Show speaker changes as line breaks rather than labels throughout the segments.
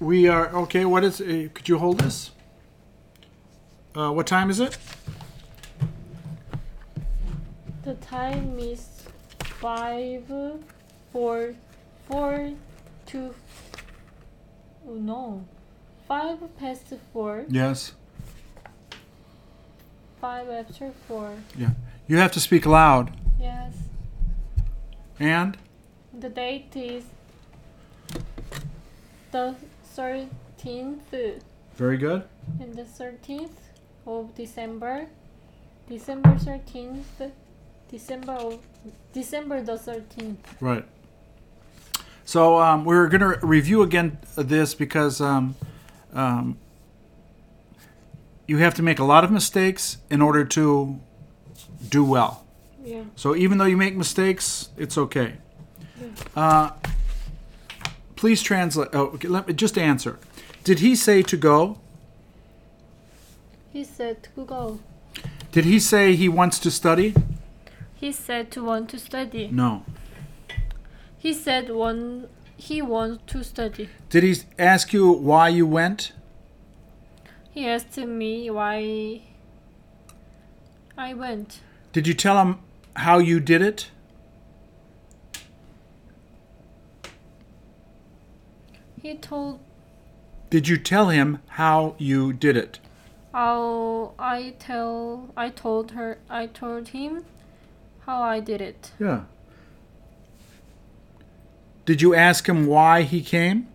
We are okay. What is? Uh, could you hold this? Uh, what time is it?
The time is five, four, four, two. Oh no, five past four,
Yes.
five after four.
Yeah. You have to speak loud.
Yes,
And
the date is the thirteenth
very good.
and the thirteenth of December, December thirteenth, December of December the thirteenth.
Right. So um, we're going to review again this because um, um, you have to make a lot of mistakes in order to do well.
Yeah.
So even though you make mistakes, it's okay. Uh, please translate. Oh, okay, let me just answer. Did he say to go?
He said to go.
Did he say he wants to study?
He said to want to study.
No.
He said one he wants to study.
Did he ask you why you went?
He asked me why I went.
Did you tell him how you did it?
He told
Did you tell him how you did it?
how I tell I told her I told him how I did it.
Yeah. Did you ask him why he came?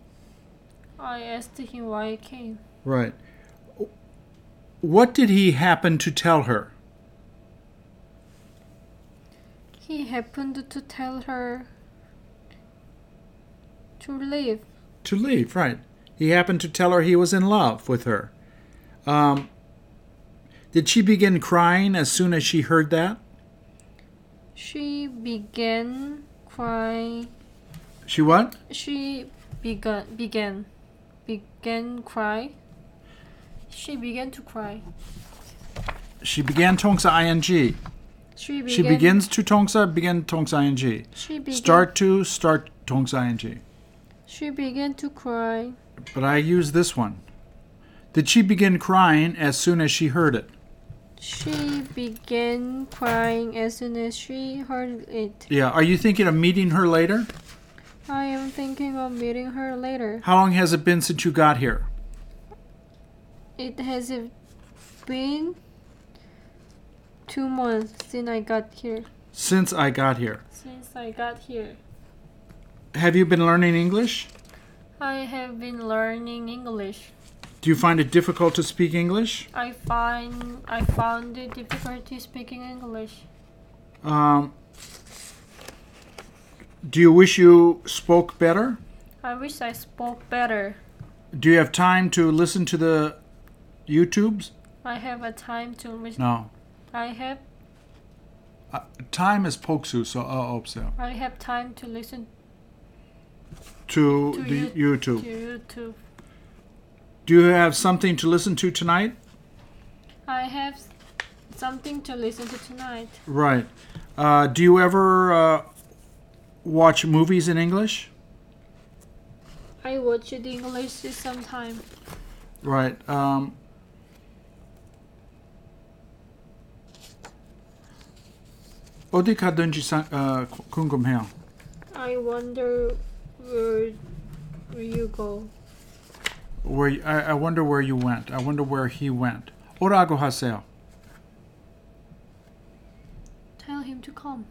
I asked him why I came.
Right. What did he happen to tell her?
He happened to tell her to leave.
To leave, right. He happened to tell her he was in love with her. Um, did she begin crying as soon as she heard that?
She began crying
She what?
She began began began cry. She began to cry.
She began tongsa ing.
She began.
She begins to tongsa, begin tongsa ing.
She began,
Start to, start tongsa ing.
She began to cry.
But I use this one. Did she begin crying as soon as she heard it?
She began crying as soon as she heard it.
Yeah. Are you thinking of meeting her later?
I am thinking of meeting her later.
How long has it been since you got here?
It has been two months since I got here.
Since I got here.
Since I got here,
Have you been learning English?
I have been learning English.
Do you find it difficult to speak English?
I find I found it difficult to speaking English.
Um, do you wish you spoke better?
I wish I spoke better.
Do you have time to listen to the YouTubes?
I have a time to listen.
No.
I have
Uh, time is poksu, so oh, oh, so.
I have time to listen
To,
To
the
to
YouTube.
YouTube.
Do you have something to listen to tonight?
I have s- something to listen to tonight.
Right. Uh, do you ever uh, watch movies in English?
I watch it English sometime.
Right. Um, 어디 가든지 사, 어, 구- 궁금해요.
I wonder where you go.
Where y- I, I wonder where you went. I wonder where he went. 오라고 하세요.
Tell him to come.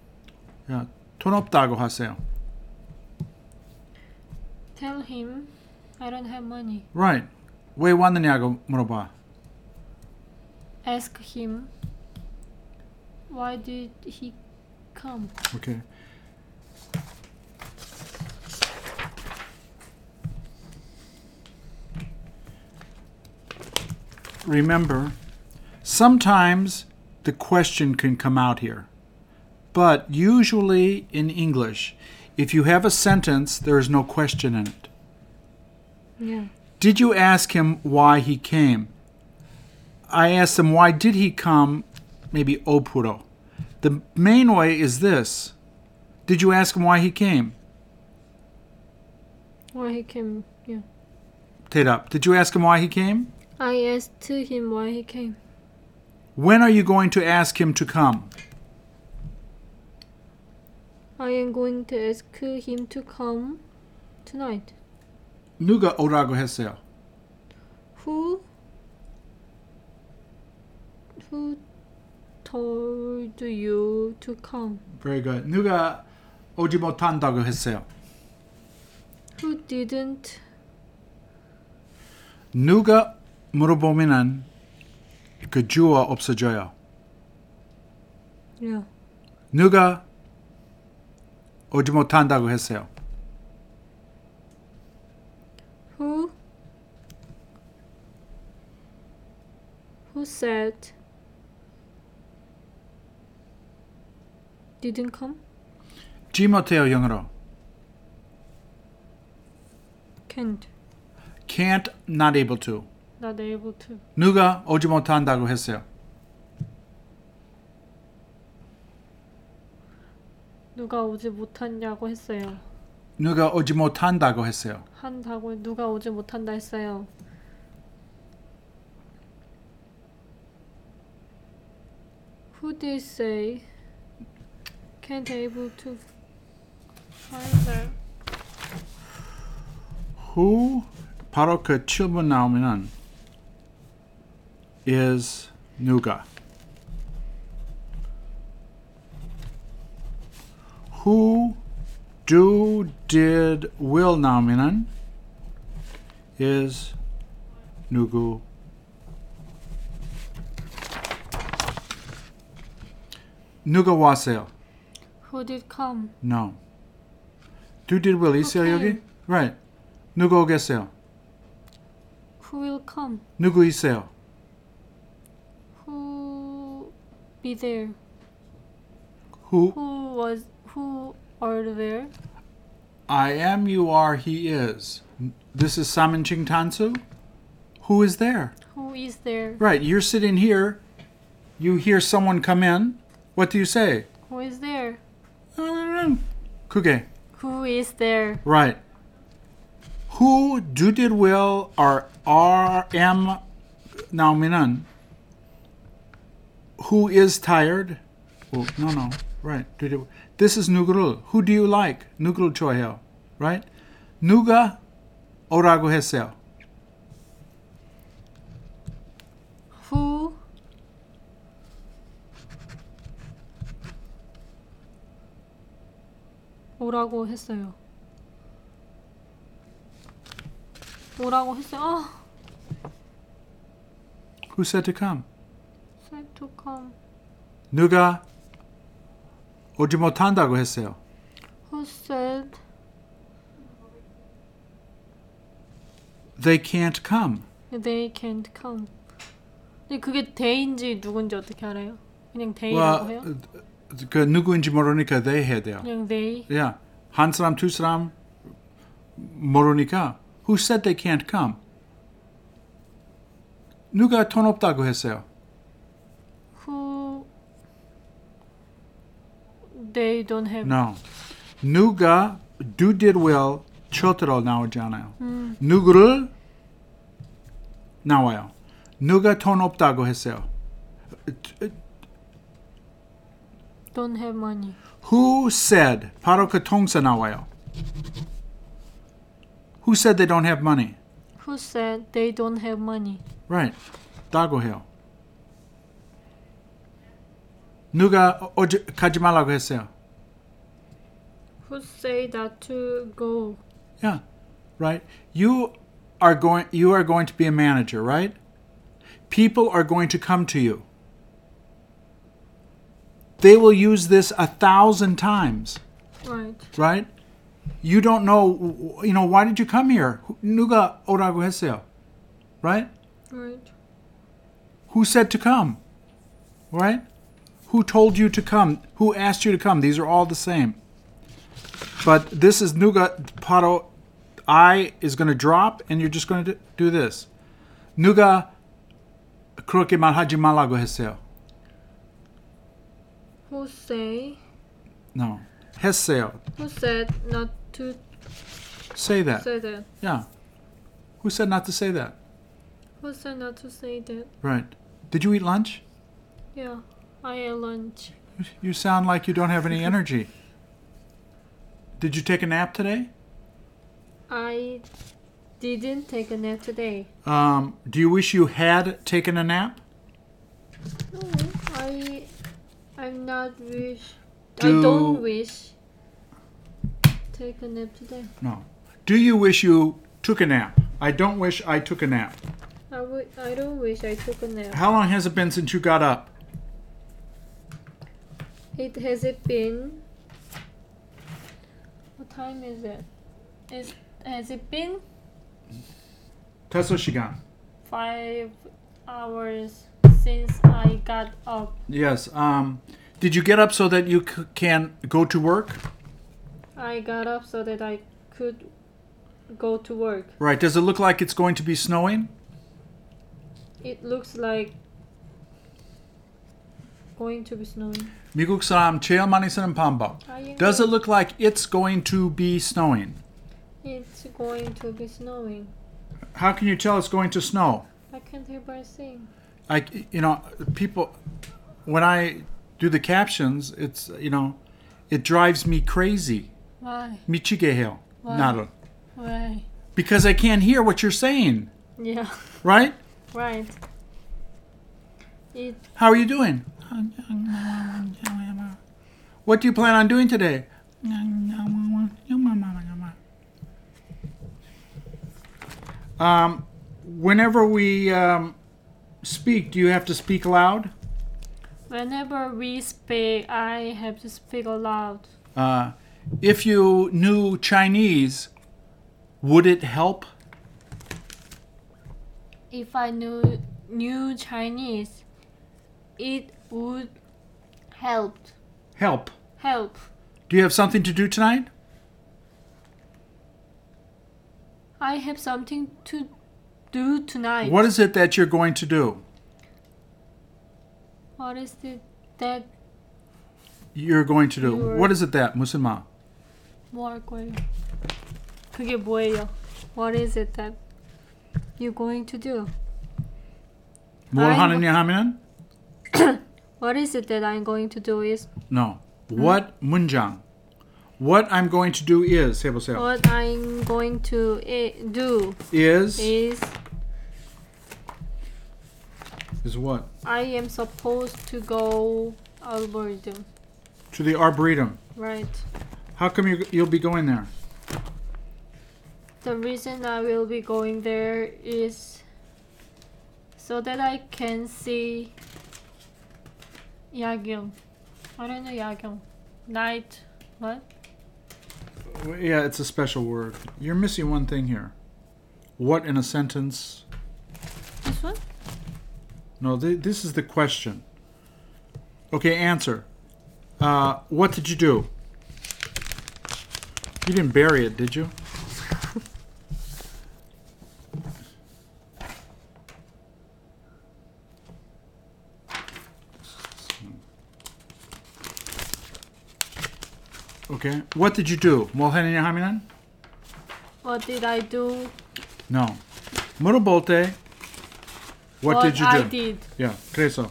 야, 돈 없다고 하세요.
Tell him I don't have money.
Right. 왜 왔느냐고 물어봐.
Ask him why did he come?
Okay. Remember, sometimes the question can come out here, but usually in English, if you have a sentence, there is no question in it.
Yeah.
Did you ask him why he came? I asked him why did he come? Maybe opuro. The main way is this. Did you ask him why he came?
Why he came? Yeah.
Tate up. Did you ask him why he came?
I asked to him why he came.
When are you going to ask him to come?
I am going to ask him to come tonight.
누가 오라고 했어요?
Who? Who told you to come?
Very good. 누가 오지 못한다고 했어요?
Who didn't?
누가 물어보면은 그 주어 없어져요.
Yeah.
누가 오지 못한다고 했어요?
Who? Who said? Didn't come?
지 못해요 영어로.
Can't.
Can't, not able to.
Not able to.
누가 오지 못한다고 했어요?
누가 오지 못한다고 했어요.
누가 오지 못한다고 했어요?
한다고 누가 오지 못한다 했어요. Who did say can't able to find them?
Who 바로 그 7번 나오면은 is 누가 Who do did will 나오면은 is 누구 누가 왔어요?
Who did come?
No. Do did will 있어요 여기?
Okay.
Right. 누가 오겠어요?
Who will come?
누구 있어요?
Who be there?
Who
Who was who are there?
I am, you are, he is. This is Saman Ching Tansu. Who is there?
Who is there?
Right, you're sitting here. You hear someone come in. What do you say?
Who is there?
Kuge.
Who is there?
Right. Who do did will are R M now minan. Who is tired? Oh, no no. Right. Do did- This is Nugurul. Who do you like? Nugurul Chohel. Right? Nuga Orago Hesel.
Who 오라고 했어요. 오라고 했어요. 아,
Who said to come?
said to come.
Nuga Ojimotandago Hesel.
Who said
They can't come.
they can't come? 근데 그게 대인지 누군지 어떻게 알아요? 그냥 대이라고
Well, uh,
해요?
그 누구인지 모르니까 they 해야 돼요.
그냥 they.
Yeah. 한 사람 두 사람 모르니까 who said they can't come? 누가 돈 없다고 했어요?
Who they don't have.
No. 누가 do did will 첫으로 나오잖아요. 누구를 나와요. 누가 돈 없다고 했어요?
Don't have money.
Who said 바로 그 통사 나와요. Who said they don't have money?
Who said they don't have money?
Right. 따고 해요. 누가 어제 가지 말라고 했어요?
Who say that to go?
Yeah. Right. You are going you are going to be a manager, right? People are going to come to you. They will use this a thousand times,
Right.
right? You don't know, you know, why did you come here? 누가 오라고 했어요? Right?
Right.
Who said to come? Right? Who told you to come? Who asked you to come? These are all the same. But this is Nuga Paro. I is going to drop, and you're just going to do this. Nuga Kuroke Malhaji Malago Heseo.
Who say?
No. Heseo.
Who said not to
Say that.
say that?
Yeah. Who Who said not to say that?
Who said not to say that?
Right. Did you eat lunch?
Yeah, I ate lunch.
You sound like you don't have any energy. Did you take a nap today?
I didn't take a nap today.
Um, do you wish you had taken a nap?
No, I, I'm not wish. I
Do-
don't wish. Take a nap today.
No. Do you wish you took a nap? I don't wish I took a nap.
I w- I don't wish I took a nap.
How long has it been since you got up?
It has it been. What time is it? Is has it been
Tetsuo Shigan.
five hours since I got up?
Yes. Um, did you get up so that you c- can go to work?
I got up so that I could go to work.
Right. Does it look like it's going to be snowing?
It looks like going to be snowing.
미국 사람 제일 많이 쓰는 방법.
I
Does it look like it's going to be snowing?
It's going to be snowing.
How can you tell it's going to snow?
I can't hear by seeing.
I, you know, people, when I do the captions, it's, you know, it drives me crazy.
Why?
미치게 해요.
Why?
나를.
Why?
Because I can't hear what you're saying,
Yeah.
right?
Right. It
How are you doing? What do you plan on doing today? Um, whenever we um, speak, do you have to speak loud?
Whenever we speak, I have to speak aloud.
Uh, if you knew Chinese, would it help?
If I knew knew Chinese, it would help.
Help.
Help.
Do you have something to do tonight?
I have something to do tonight.
What is it that you're going to do?
What is it that
You're going to do.
You're-
What is it that, Musima?
뭐 할 거예요? 그게 뭐예요? What is it that you going to do?
뭘
I'm-
하느냐 하면은?
What is it that I'm going to do is
No. What 문장? What I'm going to do is 해보세요.
what I'm going to i- do
Is
is
is what?
I am supposed to go algorithm,
To the arboretum.
right?
How come you you'll be going there?
The reason I will be going there is so that I can see Yagyong. I don't know Yagyong. Night. What?
Well, Yeah, it's a special word. You're missing one thing here. What in a sentence?
This one?
No, th- this is the question. Okay, answer. Uh, what did you do? You didn't bury it, did you? Okay. What did you do? 뭐 했느냐 하면은?
What did I do?
No. 물어볼 때 What, did you
I
do?
did.
야, 그래서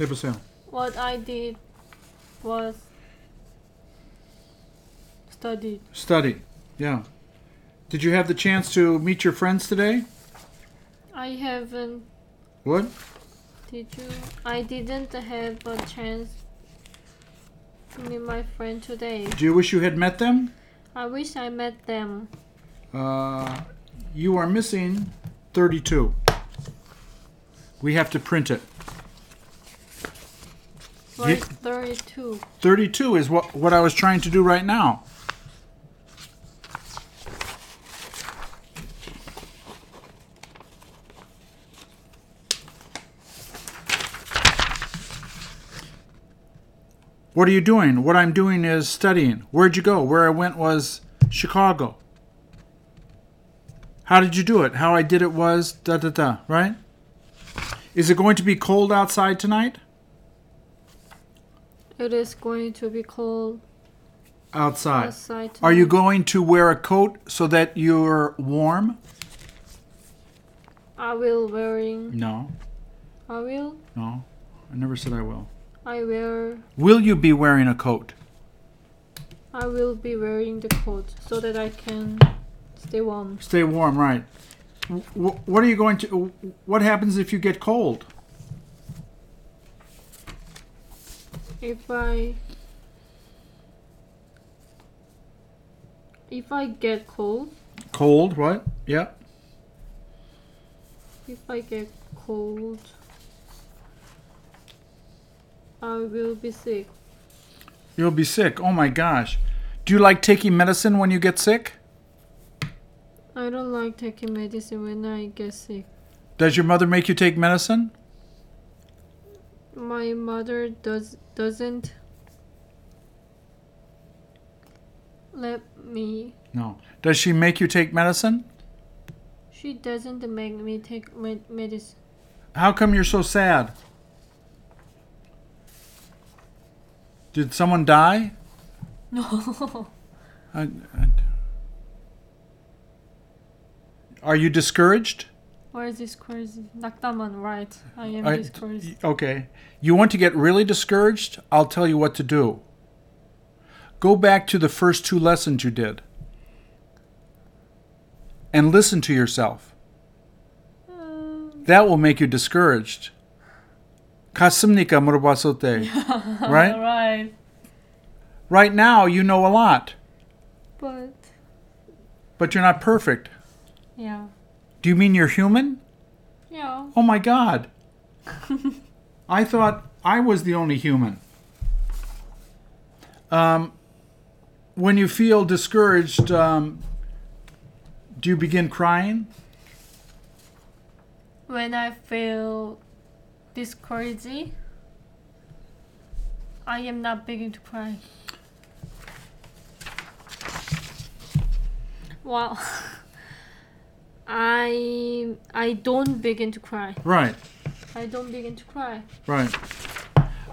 해보세요.
What I did was studied.
Study. Yeah. Did you have the chance to meet your friends today?
I haven't
What?
Did you? I didn't have a chance to meet my friend today.
Do you wish you had met them?
I wish I met them.
Uh, you are missing 32. We have to print it.
Verse
Ye-
32.
32 is what, what I was trying to do right now. What are you doing? What I'm doing is studying. Where'd you go? Where I went was Chicago. How did you do it? How I did it was da da da, right? Is it going to be cold outside tonight?
It is going to be cold
outside.
outside.
Are you going to wear a coat so that you're warm?
I will wearing.
No,
I will.
no. I never said I will.
I wear.
Will you be wearing a coat?
I will be wearing the coat so that I can stay warm.
Stay warm, right? W- w- what are you going to? What happens if you get cold?
If I. If I get cold,
Cold, what? Yeah.
if I get cold, I will be sick.
You'll be sick. Oh my gosh. Do you like taking medicine when you get sick?
I don't like taking medicine when I get sick.
Does your mother make you take medicine?
My mother does doesn't let me.
No. Does she make you take medicine?
She doesn't make me take med- medicine
How come you're so sad? Did someone die?
No.
I, I- are you discouraged?
Why is this crazy? Nakdaman, right? I am
I-
this crazy.
okay. You want to get really discouraged? I'll tell you what to do. Go back to the first two lessons you did and listen to yourself.
Um,
That will make you discouraged. 가슴니까 물어봤을 때. right?
Right.
Right now, you know a lot,
But
but you're not perfect.
yeah,
Do you mean you're human?
yeah.
Oh my God. I thought I was the only human. Um, when you feel discouraged, um, do you begin crying?
When I feel this crazy, I am not beginning to cry. Well, I I don't begin to cry.
Right,
I don't begin to cry.
right.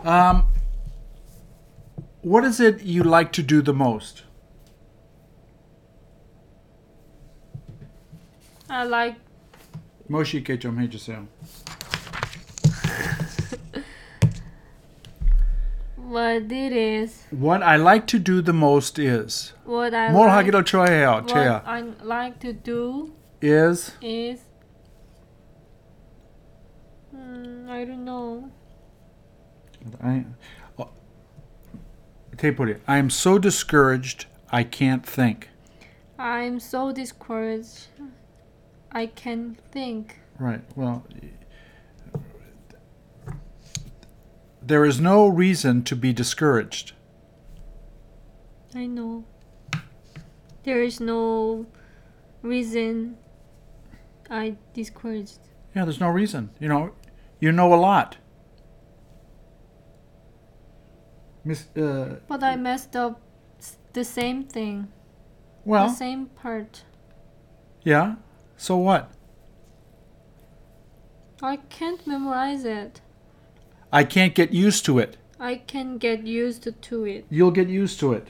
Um, what is it you like to do the most?
I like
Moshike 좀 해주세요.
what it is,
What I like to do the most is
what I
뭘
like,
하기로 좋아해요,
what
제야?
I like to do.
Is
is mm, I don't know.
I, 어, 테이프리. I am so discouraged. I can't think.
I'm so discouraged. I can think.
Right. Well, there is no reason to be discouraged.
I know. There is no reason I discouraged.
Yeah, there's no reason. You know, you know a lot. Miss. Uh,
But I messed up s- the same thing.
well.
the same part.
Yeah. So what?
I can't memorize it.
I can't get used to it.
I can get used to it.
You'll get used to it.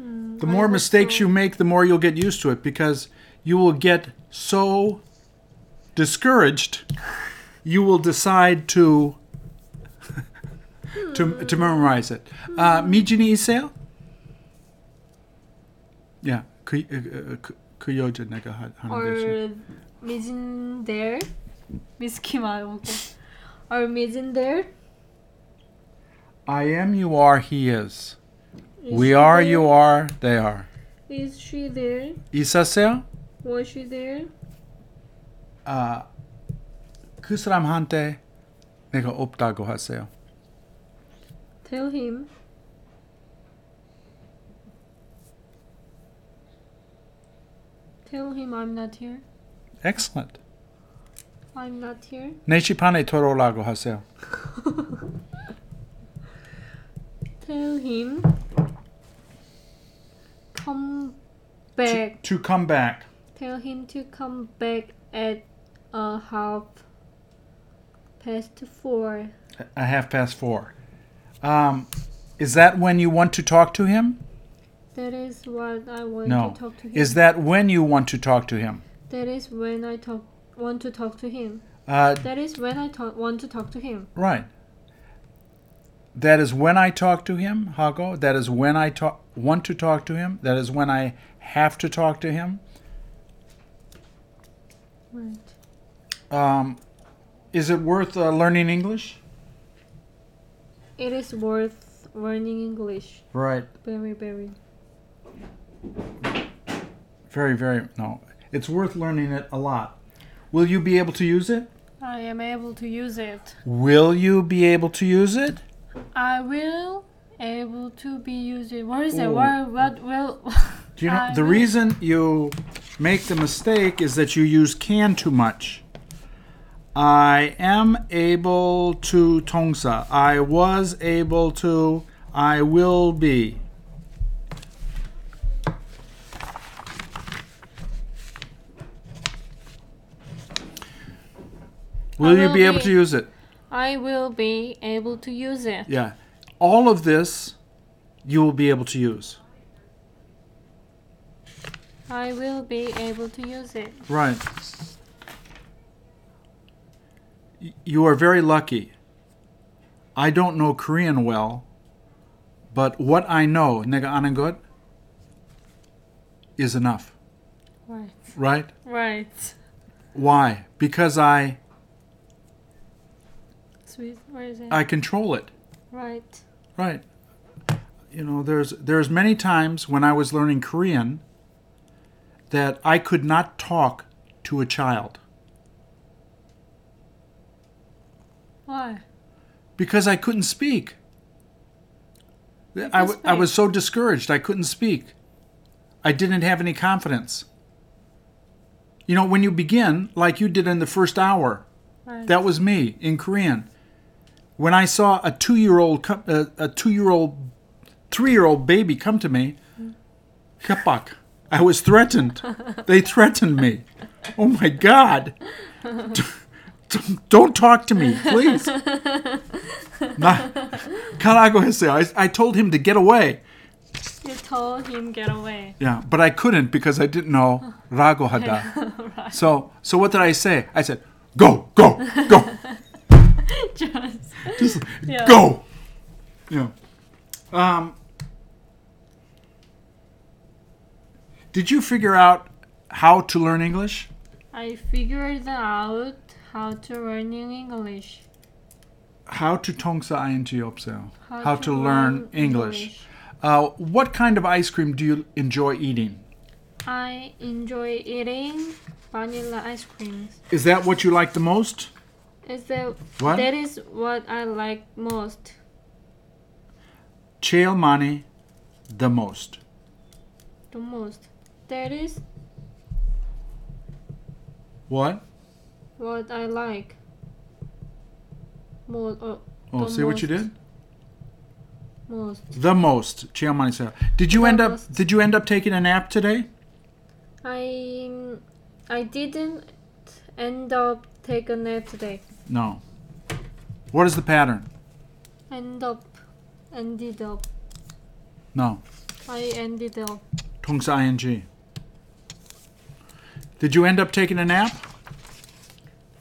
Mm,
The
I
more
hope
mistakes
so.
you make, the more you'll get used to it because you will get so discouraged, you will decide to to, to memorize it. Uh, 미진이 있어요? Yeah, uh, 그, 어, 어, 그, 그 여자 내가 하- 하는 대신.
or 미진 there 미스키 말고 or 미진 there
I am, you are, he is. We are, you are, they are.
is she there
있었어요?
was she there
아, 그 사람한테 내가 없다고 하세요.
tell him tell him I'm not here
Excellent.
I'm not here
내시판에 들어오라고 하세요.
tell him come back
To, to come back.
tell him to come back at a half past four
A half past four. Um, is that when you want to talk to him?
That is what I want
No.
to talk to him.
Is that when you want to talk to him?
that is when I talk want to talk to him.
Uh,
That is when I talk, want to talk to him.
right. That is when I talk to him, Hago. That is when I talk, want to talk to him. That is when I have to talk to him.
Right.
Um, is it worth uh, learning English?
It is worth learning English.
Right.
Very, very.
Very, very. No. It's worth learning it a lot. Will you be able to use it?
I am able to use it.
Will you be able to use it?
I will able to be use it. What is it?
Ooh.
What? What will?
Do you know
I
the
will-
reason you make the mistake is that you use can too much. I am able to tongsa. I was able to. I will be. Will, you
will
be able
be.
to use it?
I will be able to use it.
Yeah. All of this you will be able to use.
I will be able to use it.
Right. Y- You are very lucky. I don't know Korean well, but what I know, nega anangot, is enough,
Right.
right?
Right.
Why? Because I
Sweet. Where is it?
I control it,
right.
right? You know, there's there's many times when I was learning Korean that I could not talk to a child
Why?
because I couldn't speak. I, w- I
speak.
was so discouraged. I couldn't speak. I didn't have any confidence. You know, when you begin, like you did in the first hour,
Right.
that was me in Korean. When I saw a two-year-old, co- uh, a two-year-old, three-year-old baby come to me, kapak, I was threatened. they threatened me. Oh my God! Don't- Don't talk to me, please. 나 가라고 했어요. I, I told him to get away.
you told him get away.
Yeah, but I couldn't because I didn't know 라고 하다.
right.
So, so what did I say? I said, go, go, go.
Just.
Just
Yeah.
go. Yeah. Um, did you figure out how to learn English?
I figured out how to learn in English.
How to 통사 아인지 없어요.
How,
How to learn English. Uh, what kind of ice cream do you enjoy eating?
I enjoy eating vanilla ice creams.
Is that what you like the most?
Is that
What?
that is what I like most.
Chail money the most.
The most. That is
What?
what I like. Most. Uh,
Oh,
The
see what you
most.
did?
most.
The most. Chail money sale. Did you
The
end up
most.
did you end up taking a nap today?
I I didn't end up take a nap today.
No. What is the pattern?
End up. Ended up.
No.
I ended up.
Tungsa ing. Did you end up taking a nap?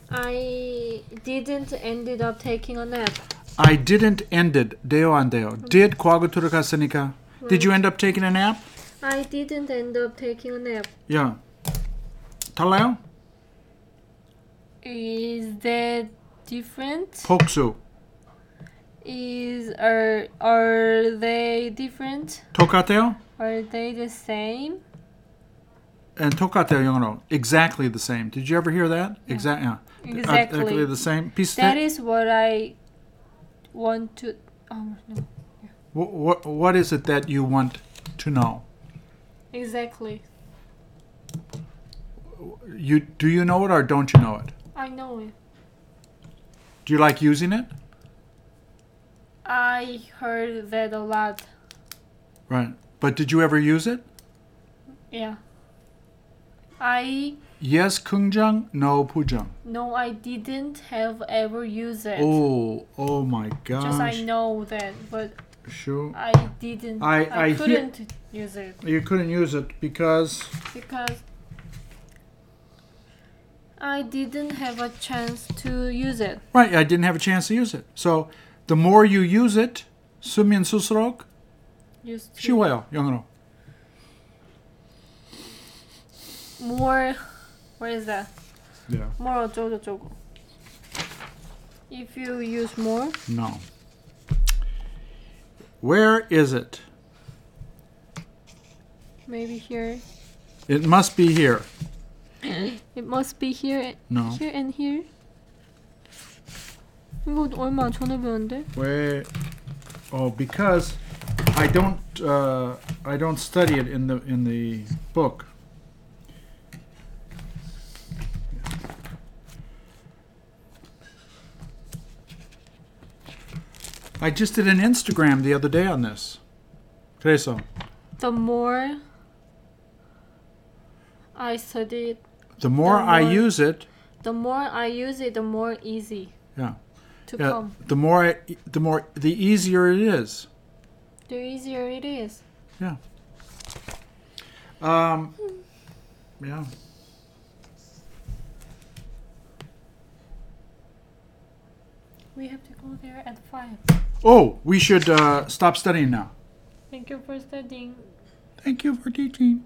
I didn't ended up taking a nap.
I didn't end it. Deo on deo. Did kwagutura kasenika? Did you end up taking a nap?
I didn't end up taking a nap.
Yeah. Talayo?
Is that different?
Poksu.
Is are are they different?
Tokateo?
Are they the same?
And tokateo yongro. Exactly the same. Did you ever hear that? Exact yeah.
Exactly.
Exactly the same. Piece
That is what I want to. Oh no!
What, what, what is it that you want to know?
Exactly.
You do you know it or don't you know it?
I know it.
Do you like using it?
I heard that a lot.
Right. But did you ever use it?
Yeah. I
Yes, kungjang. No, pujang.
no, I didn't have ever used it.
Oh, oh my gosh.
Just I know that, but
shoe.
I didn't.
I- I hear-
couldn't use it
You couldn't use it because
because I didn't have a chance to use it.
right, I didn't have a chance to use it. So the more you use it, 수면 수스록
Used to
쉬워요 영어로.
more. Where is that?
Yeah.
More 어쩌고 저쩌고. If you use more,
No. Where is it?
maybe here.
It must be here.
It must be here,
No.
here and here. 이거 얼마 전에 배웠는데?
Where? Oh, because I don't uh, I don't study it in the in the book. I just did an Instagram the other day on this. 그래서
The more I studied,
the more
The
I
more-
use it,
the more I use it, the more easy
yeah,
to
yeah
come.
the more I, the more the easier it is.
The easier it is.
Yeah. Um, yeah.
We have to go there at five.
Oh, we should uh, stop studying now.
Thank you for studying.
Thank you for teaching.